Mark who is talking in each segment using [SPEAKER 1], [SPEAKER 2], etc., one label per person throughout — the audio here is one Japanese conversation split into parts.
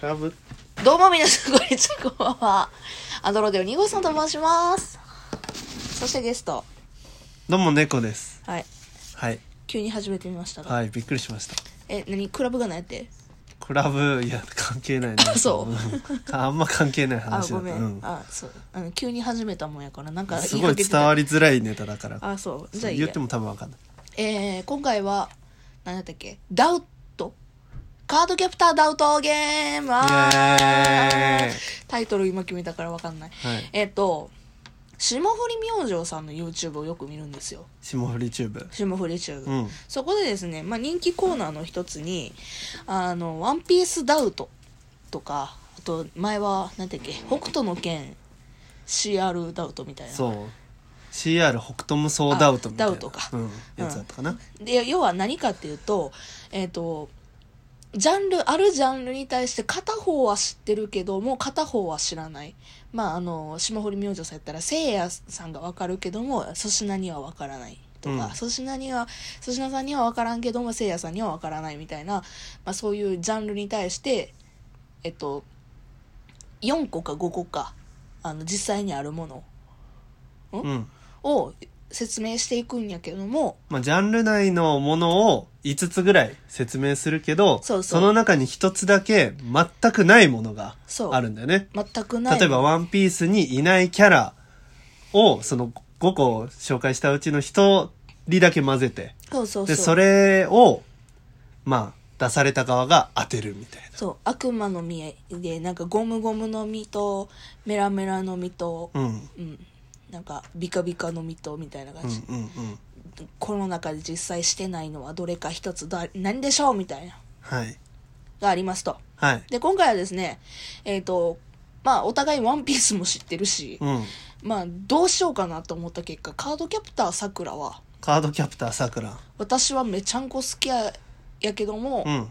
[SPEAKER 1] ラブ
[SPEAKER 2] どうも皆さん、こんにちは、こんばんは。アドロデオ2号さんと申します。そしてゲスト。
[SPEAKER 1] どうも猫です
[SPEAKER 2] はい。
[SPEAKER 1] はい
[SPEAKER 2] 急に始めてみましたが。
[SPEAKER 1] はいびっくりしました
[SPEAKER 2] え、何クラブがないって
[SPEAKER 1] クラブいや関係ないな
[SPEAKER 2] あそうん
[SPEAKER 1] あんま関係ない
[SPEAKER 2] あ、
[SPEAKER 1] 話だ
[SPEAKER 2] ご
[SPEAKER 1] った
[SPEAKER 2] めん。
[SPEAKER 1] うん
[SPEAKER 2] あ、そう。あの、急に始めたもんやから、なんか
[SPEAKER 1] すごい伝わ
[SPEAKER 2] り。
[SPEAKER 1] りづらいネタだから
[SPEAKER 2] あ、そう。じゃあいい
[SPEAKER 1] 言
[SPEAKER 2] や
[SPEAKER 1] っても多分わかんない
[SPEAKER 2] えー、今回は、何だったっけダウトカードキャプターダウトゲームあ
[SPEAKER 1] イエーイ
[SPEAKER 2] ータイトル今決めたからわかんない。
[SPEAKER 1] はい
[SPEAKER 2] えっ、と、霜降り明星さんの YouTube をよく見るんですよ。
[SPEAKER 1] 霜降りチューブ
[SPEAKER 2] 霜降り中。
[SPEAKER 1] うん
[SPEAKER 2] そこでですね、まあ、人気コーナーの一つに「あのワンピースダウト」とかあと前は何だっけ「北斗の拳 CR ダウト」みたいな
[SPEAKER 1] そう CR 北斗無双ダウトみたいな
[SPEAKER 2] あダウトか
[SPEAKER 1] うん、やつだったかな、
[SPEAKER 2] で要は何かっていうとえっ、とジャンルあるジャンルに対して片方は知ってるけども片方は知らないまああの霜降り明星さんやったらせいやさんが分かるけども粗品には分からないと
[SPEAKER 1] うん
[SPEAKER 2] か粗品、には粗品さんには分からんけどもせいやさんには分からないみたいな、まあ、そういうジャンルに対してえっと4個か5個かあの実際にあるもの
[SPEAKER 1] うん
[SPEAKER 2] を説明していくんやけども
[SPEAKER 1] まあ、ジャンル内のものを5つぐらい説明するけど
[SPEAKER 2] そうそう
[SPEAKER 1] の中に1つだけ全くないものが
[SPEAKER 2] そう
[SPEAKER 1] あるんだよね
[SPEAKER 2] 全くない
[SPEAKER 1] 例えば「ワンピースにいないキャラをその5個紹介したうちの1人だけ混ぜて
[SPEAKER 2] そうそうそう
[SPEAKER 1] でそれをまあ出された側が当てるみたい
[SPEAKER 2] そう悪魔の実でなんかゴムゴムの実とメラメラの実と、
[SPEAKER 1] なうん
[SPEAKER 2] うんなんかビカビカの実とみたいな
[SPEAKER 1] う
[SPEAKER 2] 感
[SPEAKER 1] ん
[SPEAKER 2] じ、
[SPEAKER 1] うんうん
[SPEAKER 2] この中で実際してないのはどれか一つだ何でしょうみたいな
[SPEAKER 1] はい
[SPEAKER 2] がありますと
[SPEAKER 1] はい
[SPEAKER 2] で今回はですねえっ、とまあお互いワンピースも知ってるし、
[SPEAKER 1] うん
[SPEAKER 2] まあどうしようかなと思った結果カードキャプターさくらは
[SPEAKER 1] カードキャプターさくら
[SPEAKER 2] 私はめちゃんこ好きややけども、
[SPEAKER 1] うん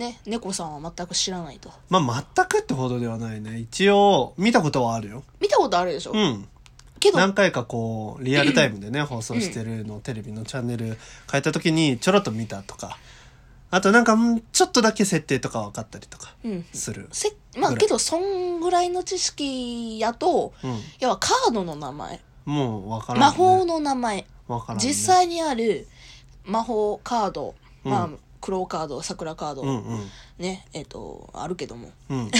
[SPEAKER 2] ね猫さんは全く知らないと
[SPEAKER 1] まあ全くってほどではないね一応見たことはあるよ
[SPEAKER 2] 見たことあるでしょ、
[SPEAKER 1] うん
[SPEAKER 2] けど
[SPEAKER 1] 何回かこうリアルタイム でね放送してるのをテレビのチャンネル変えた時にちょろっと見たとかあとなんかうんちょっとだけ設定とか分かったりとか
[SPEAKER 2] うん
[SPEAKER 1] する、
[SPEAKER 2] せまあ
[SPEAKER 1] ぐらい
[SPEAKER 2] けどそんぐらいの知識やと
[SPEAKER 1] うん、
[SPEAKER 2] 要はカードの名前
[SPEAKER 1] もう分からん、ね、
[SPEAKER 2] 魔法の名前、
[SPEAKER 1] 分からん、ね、
[SPEAKER 2] 実際にある魔法カード、まあ
[SPEAKER 1] うん
[SPEAKER 2] 黒カード桜カード、
[SPEAKER 1] うんうん
[SPEAKER 2] ねえっ、とあるけども、
[SPEAKER 1] うん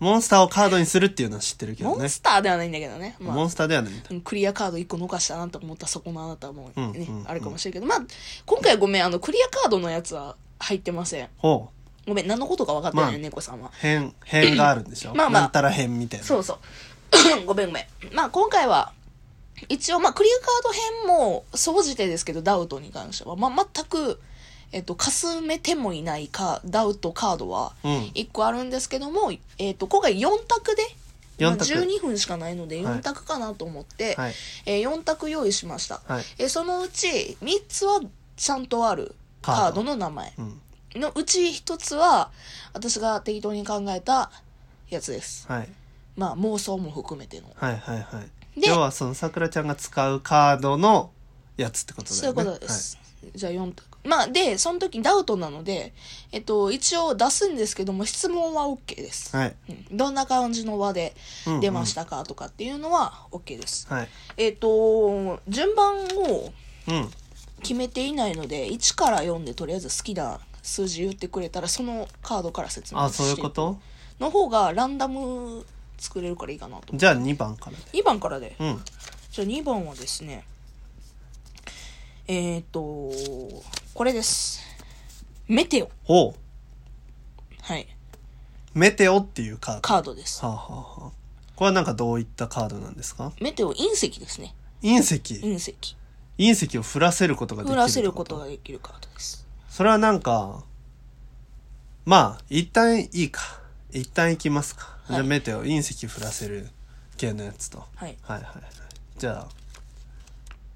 [SPEAKER 1] モンスターをカードにするっていうのは知ってるけど
[SPEAKER 2] モ
[SPEAKER 1] ね
[SPEAKER 2] ンスターではないんだけどね、まあ
[SPEAKER 1] モンスターではないんだ
[SPEAKER 2] うんクリアカード1個逃したなと思ったそこのあなたもね、
[SPEAKER 1] うんうんうん
[SPEAKER 2] あるかもしれんけどまあ今回はごめんあのクリアカードのやつは入ってません
[SPEAKER 1] ほう
[SPEAKER 2] ごめん何のことか分かってないね、
[SPEAKER 1] まあ
[SPEAKER 2] 猫さんは
[SPEAKER 1] 変変があるんでしょ
[SPEAKER 2] まあまあ
[SPEAKER 1] なんたら変みたいな
[SPEAKER 2] そうそう ごめんごめんまあ今回は一応まあクリアカード編も総じてですけどダウトに関しては、まあ、全く、えっと、かすめてもいないかダウトカードは
[SPEAKER 1] うん
[SPEAKER 2] 1個あるんですけども、えっと、今回4択で、まあ、
[SPEAKER 1] 四択
[SPEAKER 2] 12分しかないので
[SPEAKER 1] はい
[SPEAKER 2] 4択かなと思って、
[SPEAKER 1] はい
[SPEAKER 2] え4択用意しました、
[SPEAKER 1] はい
[SPEAKER 2] えーそのうち3つはちゃんとある
[SPEAKER 1] カード
[SPEAKER 2] カードの名前
[SPEAKER 1] うん
[SPEAKER 2] のうち1つは私が適当に考えたやつです
[SPEAKER 1] はい
[SPEAKER 2] まあ妄想も含めての
[SPEAKER 1] はいはいはい
[SPEAKER 2] で
[SPEAKER 1] 要はそのさくらちゃんが使うカードのやつってことだ
[SPEAKER 2] そうい
[SPEAKER 1] よね
[SPEAKER 2] うことです。じゃあ4択。まあ、で、その時ダウトなので、えっと、一応出すんですけども、質問は OK です。
[SPEAKER 1] はい、はい
[SPEAKER 2] うんどんな感じの輪で
[SPEAKER 1] うんうん
[SPEAKER 2] 出ましたかとかっていうのは OK です。
[SPEAKER 1] はい。
[SPEAKER 2] えっと、順番を
[SPEAKER 1] うん。
[SPEAKER 2] 決めていないので、1から4でとりあえず好きな数字言ってくれたら、そのカードから説明
[SPEAKER 1] あ、
[SPEAKER 2] して。
[SPEAKER 1] そういうこと
[SPEAKER 2] の方がランダム作れるからいいかなと。
[SPEAKER 1] じゃあ2番からで。
[SPEAKER 2] 2番からで。
[SPEAKER 1] うん。
[SPEAKER 2] じゃあ2番はですね、えっ、と、これです。メテオ。
[SPEAKER 1] おう
[SPEAKER 2] はい。
[SPEAKER 1] メテオっていうカード。
[SPEAKER 2] カードです。
[SPEAKER 1] はあ、はあはあ、これはなんかどういったカードなんですか
[SPEAKER 2] メテオ隕石ですね。
[SPEAKER 1] 隕石。
[SPEAKER 2] 隕石。
[SPEAKER 1] 隕石を降らせることができる。
[SPEAKER 2] 降らせることが。できるカードです。
[SPEAKER 1] それはなんか、まあ、一旦いいか。一旦行きますか。
[SPEAKER 2] はい
[SPEAKER 1] じゃあメテオ、隕石降らせる系のやつと。はい
[SPEAKER 2] はい。
[SPEAKER 1] はいはい。じゃあ、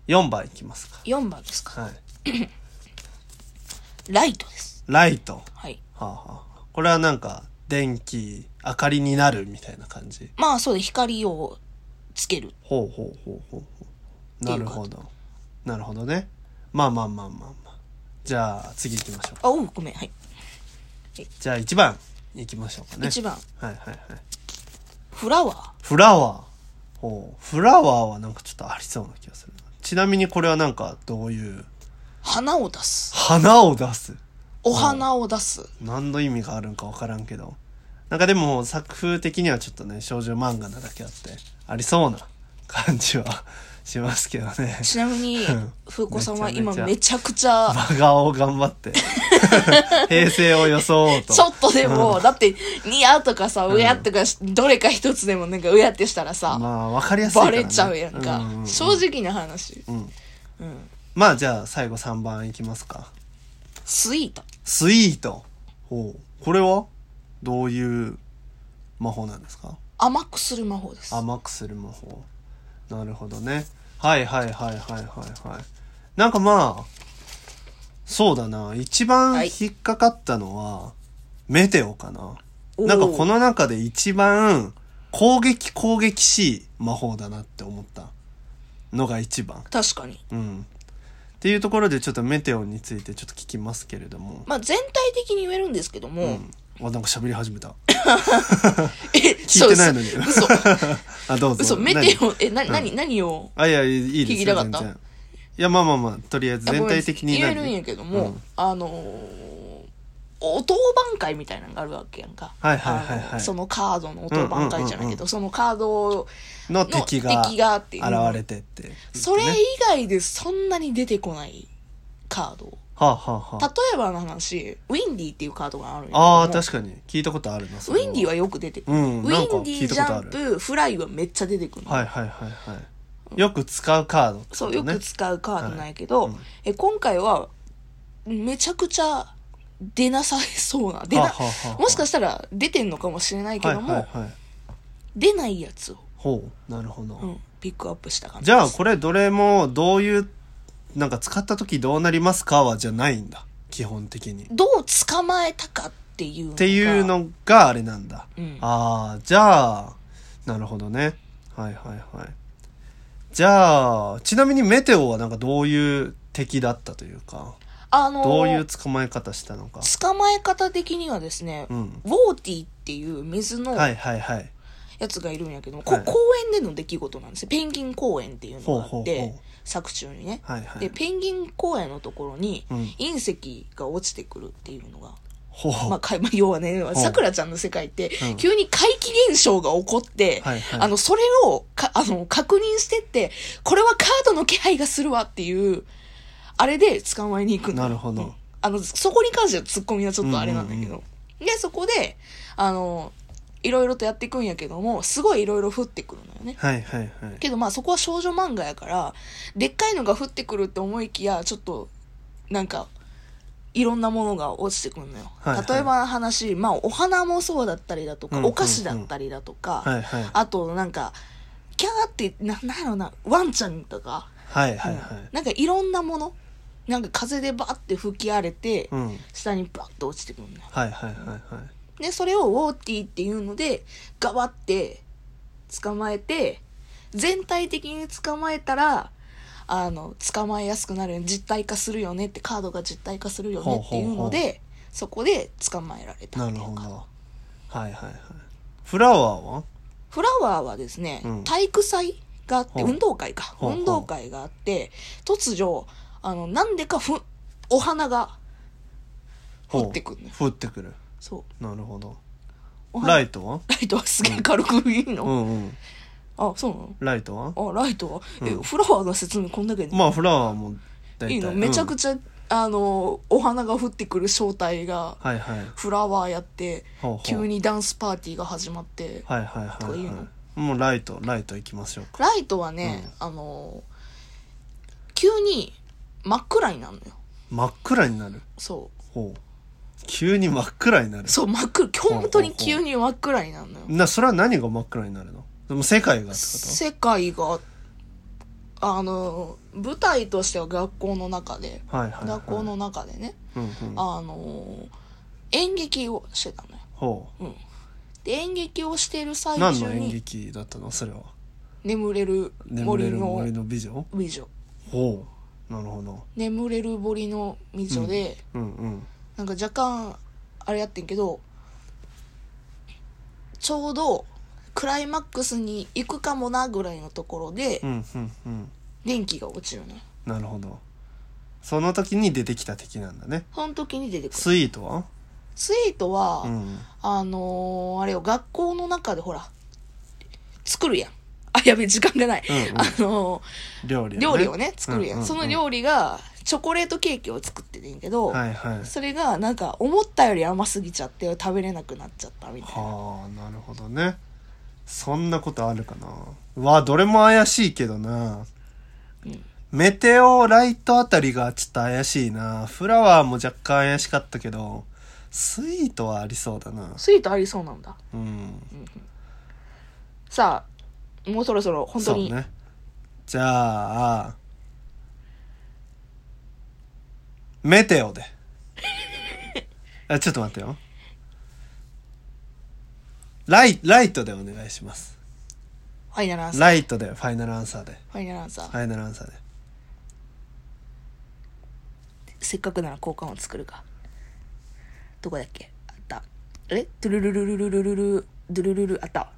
[SPEAKER 1] 4番いきますか。
[SPEAKER 2] 4番ですか。
[SPEAKER 1] はい。
[SPEAKER 2] ライトです。
[SPEAKER 1] ライト。
[SPEAKER 2] はい。
[SPEAKER 1] はあはあ、これはなんか電気明かりになるみたいな感じ
[SPEAKER 2] まあそうで光をつける。
[SPEAKER 1] ほうほうほうほうほう
[SPEAKER 2] ってい
[SPEAKER 1] な
[SPEAKER 2] う
[SPEAKER 1] る
[SPEAKER 2] こと
[SPEAKER 1] ほどなるほどねまあまあまあまあまあじゃあ次行きましょう
[SPEAKER 2] あ、おう、ごめん。はい。
[SPEAKER 1] じゃあ1番行きましょうかね
[SPEAKER 2] 1番
[SPEAKER 1] はいはいはい
[SPEAKER 2] フラワー
[SPEAKER 1] フラワーほうフラワーはなんかちょっとありそうな気がするなちなみにこれはなんかどういう
[SPEAKER 2] 花を出す
[SPEAKER 1] 花を出す
[SPEAKER 2] お花を出す
[SPEAKER 1] 何の意味があるんか分からんけどなんかでも作風的にはちょっとね少女漫画なだけあってありそうな感じはしますけどね
[SPEAKER 2] ちなみ に
[SPEAKER 1] うん
[SPEAKER 2] 風子さんは今め
[SPEAKER 1] め
[SPEAKER 2] ちゃくちゃ
[SPEAKER 1] 真顔を頑張って平成を装おうと
[SPEAKER 2] ちょっとでも、だって、ニヤとかさ、
[SPEAKER 1] ん
[SPEAKER 2] うやとかし、どれか一つでもなんかうやってしたらさ、
[SPEAKER 1] まあ分かりやすいから、
[SPEAKER 2] バ
[SPEAKER 1] ね、
[SPEAKER 2] レちゃうやんか。
[SPEAKER 1] うううん
[SPEAKER 2] 正直な話。
[SPEAKER 1] うん
[SPEAKER 2] うん。
[SPEAKER 1] まあじゃあ最後3番いきますか
[SPEAKER 2] スイート。
[SPEAKER 1] スイートほうこれはどういう魔法なんですか
[SPEAKER 2] 甘くする魔法です。
[SPEAKER 1] 甘くする魔法なるほどねはいはいはいはいはいはいなんかまあそうだな一番
[SPEAKER 2] はい
[SPEAKER 1] 引っかかったのは、メテオかな
[SPEAKER 2] おー
[SPEAKER 1] なんかこの中で一番攻撃攻撃しい魔法だなって思ったのが一番
[SPEAKER 2] 確かに。
[SPEAKER 1] うんっていうところでちょっとメテオについてちょっと聞きますけれども、
[SPEAKER 2] まあ、全体的に言えるんですけども、
[SPEAKER 1] うん、あなんか喋り始めた
[SPEAKER 2] え、
[SPEAKER 1] 聞いてないの
[SPEAKER 2] の
[SPEAKER 1] に
[SPEAKER 2] 嘘、
[SPEAKER 1] あどうぞ
[SPEAKER 2] 嘘、メテオ、え、な、
[SPEAKER 1] ん
[SPEAKER 2] なに、何を、
[SPEAKER 1] あいやいいいいですよ
[SPEAKER 2] 聞きたかった
[SPEAKER 1] 全然いやまあまあまあとりあえず
[SPEAKER 2] あご
[SPEAKER 1] 全
[SPEAKER 2] めん
[SPEAKER 1] 体的に
[SPEAKER 2] 言
[SPEAKER 1] 何
[SPEAKER 2] えるんやけども、
[SPEAKER 1] うん
[SPEAKER 2] あのーお当番会みたいなのがあるわけやんか。
[SPEAKER 1] はいはいはいはい
[SPEAKER 2] あのそのカードのお当番会じゃな
[SPEAKER 1] うん
[SPEAKER 2] いけど、
[SPEAKER 1] うんうんう
[SPEAKER 2] そのカードを
[SPEAKER 1] の敵が
[SPEAKER 2] の敵が
[SPEAKER 1] 現
[SPEAKER 2] っていう
[SPEAKER 1] れてって言ってね
[SPEAKER 2] それ以外でそんなに出てこないカード。
[SPEAKER 1] はあはあ
[SPEAKER 2] 例
[SPEAKER 1] は
[SPEAKER 2] えばの話、ウィンディっていうカードがあるんやけども
[SPEAKER 1] ああー確かに聞いたことあるなそ
[SPEAKER 2] ウ
[SPEAKER 1] れは
[SPEAKER 2] ィンディはよく出てくる。
[SPEAKER 1] うん
[SPEAKER 2] ウ
[SPEAKER 1] な
[SPEAKER 2] ィ
[SPEAKER 1] んか
[SPEAKER 2] ンデ
[SPEAKER 1] 聞い
[SPEAKER 2] ィ、
[SPEAKER 1] た
[SPEAKER 2] ジ
[SPEAKER 1] ことあ
[SPEAKER 2] ャ
[SPEAKER 1] る
[SPEAKER 2] ンプ、フライはめっちゃ出てくるの。
[SPEAKER 1] はいはいはいはいよく使うカードってこと
[SPEAKER 2] そう、
[SPEAKER 1] ね
[SPEAKER 2] よく使うカードなんやけど、
[SPEAKER 1] はいうん
[SPEAKER 2] え今回は、めちゃくちゃ出なさそうな。出な
[SPEAKER 1] はあはあはあ
[SPEAKER 2] もしかしたら出てんのかもしれないけども、
[SPEAKER 1] はいはいはい
[SPEAKER 2] 出ないやつを、
[SPEAKER 1] ほうなるほど、
[SPEAKER 2] うん、ピックアップした感じ
[SPEAKER 1] じ
[SPEAKER 2] です。
[SPEAKER 1] ゃあこれどれもどういうなんか使った時どうなりますかはじゃないんだ基本的にっ
[SPEAKER 2] どう捕まえたかっていうのが。
[SPEAKER 1] ていうのがあれなんだ
[SPEAKER 2] うん。
[SPEAKER 1] ああ、じゃあ、なるほどね。はいはいはい。じゃあ、ちなみにメテオはなんかどういう敵だったというか、
[SPEAKER 2] あのー
[SPEAKER 1] どういう捕まえ方したのか。
[SPEAKER 2] 捕まえ方的にはですね、
[SPEAKER 1] うん。
[SPEAKER 2] ウォーティーっていう水の
[SPEAKER 1] はいはいはい。
[SPEAKER 2] やつがいるんやけども、
[SPEAKER 1] はい
[SPEAKER 2] こ公園での出来事なんですよペンギン公園っていうのがあって
[SPEAKER 1] ほうほうほう
[SPEAKER 2] 作中にね、
[SPEAKER 1] はいはい。
[SPEAKER 2] でペンギン公園のところに
[SPEAKER 1] うん
[SPEAKER 2] 隕石が落ちてくるっていうのが、
[SPEAKER 1] ほうほう。
[SPEAKER 2] まあ、かいまあ 要はね
[SPEAKER 1] う
[SPEAKER 2] さくらちゃんの世界って
[SPEAKER 1] うん
[SPEAKER 2] 急に怪奇現象が起こって、
[SPEAKER 1] はいはい
[SPEAKER 2] あのそれをかあの確認してってこれはカードの気配がするわっていうあれで捕まえに行くの
[SPEAKER 1] なるほど
[SPEAKER 2] うんあのそこに関してはツッコミはちょっとあれなんだけど、
[SPEAKER 1] うんうん
[SPEAKER 2] でそこであのいろいろとやっていくんやけどもすごいいろいろ降ってくるのよね
[SPEAKER 1] はいはいはい。
[SPEAKER 2] けどまあそこは少女漫画やからでっかいのが降ってくるって思いきやちょっとなんかいろんなものが落ちてくるのよ、
[SPEAKER 1] はいはい
[SPEAKER 2] 例えばの話、まあ、お花もそうだったりだとか、
[SPEAKER 1] うんうんうん
[SPEAKER 2] お菓子だったりだとか、
[SPEAKER 1] はいはい。
[SPEAKER 2] あとなんかキャーってななんやろなワンちゃんとか、
[SPEAKER 1] はいはい
[SPEAKER 2] うん
[SPEAKER 1] はい。
[SPEAKER 2] なんかいろんなものなんか風でバッて吹き荒れて、
[SPEAKER 1] うん。
[SPEAKER 2] 下にバッと落ちてくるのよ
[SPEAKER 1] はいはいはいはい。
[SPEAKER 2] でそれをウォーティーっていうのでガバって捕まえて全体的に捕まえたらあの捕まえやすくなるよね実体化するよねってカードが実体化するよねっていうので
[SPEAKER 1] ほう
[SPEAKER 2] そこで捕まえられた
[SPEAKER 1] な
[SPEAKER 2] って
[SPEAKER 1] る
[SPEAKER 2] い
[SPEAKER 1] ほ
[SPEAKER 2] う
[SPEAKER 1] ど。
[SPEAKER 2] か
[SPEAKER 1] はいはいはい。フラワーは
[SPEAKER 2] フラワーはですね、
[SPEAKER 1] うん
[SPEAKER 2] 体育祭があって
[SPEAKER 1] ほう
[SPEAKER 2] 運動会か
[SPEAKER 1] ほうほう
[SPEAKER 2] 運動会があって突如あのなんでかふお花が
[SPEAKER 1] ほう
[SPEAKER 2] 降ってくるね
[SPEAKER 1] 降ってくる。
[SPEAKER 2] そう
[SPEAKER 1] なるほど。
[SPEAKER 2] お花
[SPEAKER 1] ラ
[SPEAKER 2] ライ
[SPEAKER 1] イトは
[SPEAKER 2] トはすげえ軽くいいの、
[SPEAKER 1] うんうん。
[SPEAKER 2] あそうなの
[SPEAKER 1] ライトは
[SPEAKER 2] あライトは、え
[SPEAKER 1] うん
[SPEAKER 2] フラワーの説明こんだけで、
[SPEAKER 1] まあフラワーも大体。
[SPEAKER 2] いいのめちゃ
[SPEAKER 1] ち
[SPEAKER 2] くちゃ、あのお花が降ってくる正体が
[SPEAKER 1] ゃ。はいはい。
[SPEAKER 2] フラワーやって
[SPEAKER 1] ほうほう
[SPEAKER 2] 急にダンスパーティーが始まって、
[SPEAKER 1] はいはい
[SPEAKER 2] とか
[SPEAKER 1] はい、
[SPEAKER 2] 言
[SPEAKER 1] は
[SPEAKER 2] うの
[SPEAKER 1] い、もうライトライト行きましょうか
[SPEAKER 2] ライトはね、あの急に真っ暗になるのよ
[SPEAKER 1] 真っ暗になる
[SPEAKER 2] そ
[SPEAKER 1] ほう急に真っ暗になる
[SPEAKER 2] うそう真っ暗
[SPEAKER 1] ほうほう
[SPEAKER 2] 本当に急に真っ暗になるのよ
[SPEAKER 1] なそれは何が真っ暗になるのでも世界がってこ
[SPEAKER 2] 世界があの舞台としては学校の中で、
[SPEAKER 1] とはいはい、はい、
[SPEAKER 2] 学校の中でね、
[SPEAKER 1] うんうん
[SPEAKER 2] あの演劇をしてたのよ
[SPEAKER 1] ほ
[SPEAKER 2] うん、で演劇をしている最
[SPEAKER 1] う何
[SPEAKER 2] 中
[SPEAKER 1] の演
[SPEAKER 2] に
[SPEAKER 1] 劇だったのそれは
[SPEAKER 2] 「眠れる
[SPEAKER 1] 眠れ
[SPEAKER 2] 森
[SPEAKER 1] る
[SPEAKER 2] の
[SPEAKER 1] 森の美女
[SPEAKER 2] 美女」
[SPEAKER 1] ほうなるほど
[SPEAKER 2] 「眠れる森の美女で」
[SPEAKER 1] うんうん
[SPEAKER 2] なんか若干あれやってんけどちょうどクライマックスに行くかもなぐらいのところで
[SPEAKER 1] うんうんうん
[SPEAKER 2] 電気が落ちるのよ
[SPEAKER 1] なるほどその時に出てきた敵なんだね
[SPEAKER 2] その時に出てくる
[SPEAKER 1] スイートは
[SPEAKER 2] スイートは、
[SPEAKER 1] うん
[SPEAKER 2] あのーあれよ学校の中でほら作るやん あやべ時間がない、
[SPEAKER 1] うんうん
[SPEAKER 2] あの
[SPEAKER 1] 料理、
[SPEAKER 2] ー料理をね作るやん,、
[SPEAKER 1] うんうんうん
[SPEAKER 2] その料理がチョコレートケーキを作っててんけど、
[SPEAKER 1] はいはい
[SPEAKER 2] それがなんか思ったより甘すぎちゃって食べれなくなっちゃったみたいな
[SPEAKER 1] はあなるほどねそんなことあるかなうわどれも怪しいけどな、
[SPEAKER 2] うん
[SPEAKER 1] メテオライトあたりがちょっと怪しいなフラワーも若干怪しかったけどスイートはありそうだな
[SPEAKER 2] スイートありそうなんだ
[SPEAKER 1] うん
[SPEAKER 2] さあもうそろそろ本当に、
[SPEAKER 1] そうねじゃあメテ オであちょっと待ってよライライトでお願いします
[SPEAKER 2] ファイナルアンサー
[SPEAKER 1] ライトでファイナルアンサーで
[SPEAKER 2] ファイナルアンサー、
[SPEAKER 1] ファイナルアンサーで
[SPEAKER 2] せっかくなら交換を作るかどこだっけあったあれドゥルルルルルルルルドゥルルルあった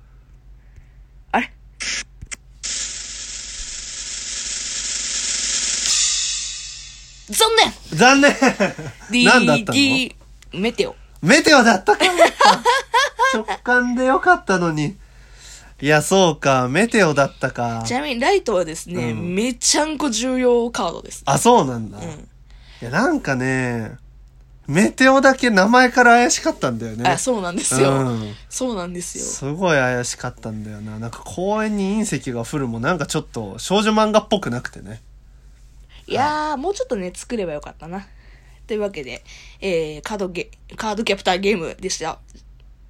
[SPEAKER 2] あれ残念
[SPEAKER 1] 残念
[SPEAKER 2] D
[SPEAKER 1] 何だったの
[SPEAKER 2] D メテオ
[SPEAKER 1] メテオだったか直感でよかったのにいやそうかメテオだったか
[SPEAKER 2] ちなみにライトはですね、
[SPEAKER 1] うん
[SPEAKER 2] めちゃんこ重要カードです
[SPEAKER 1] あそうなんだ、
[SPEAKER 2] う
[SPEAKER 1] い
[SPEAKER 2] ん
[SPEAKER 1] やなんかねメテオだけ名前から怪しかったんだよね
[SPEAKER 2] あそうなんですよ、
[SPEAKER 1] うん
[SPEAKER 2] そうなんですよ
[SPEAKER 1] すごい怪しかったんだよななんか公園に隕石が降るもなんかちょっと少女漫画っぽくなくてね
[SPEAKER 2] いやー、もうちょっとね、作ればよかったな。というわけで、えー、カードゲ、カードキャプターゲームでした。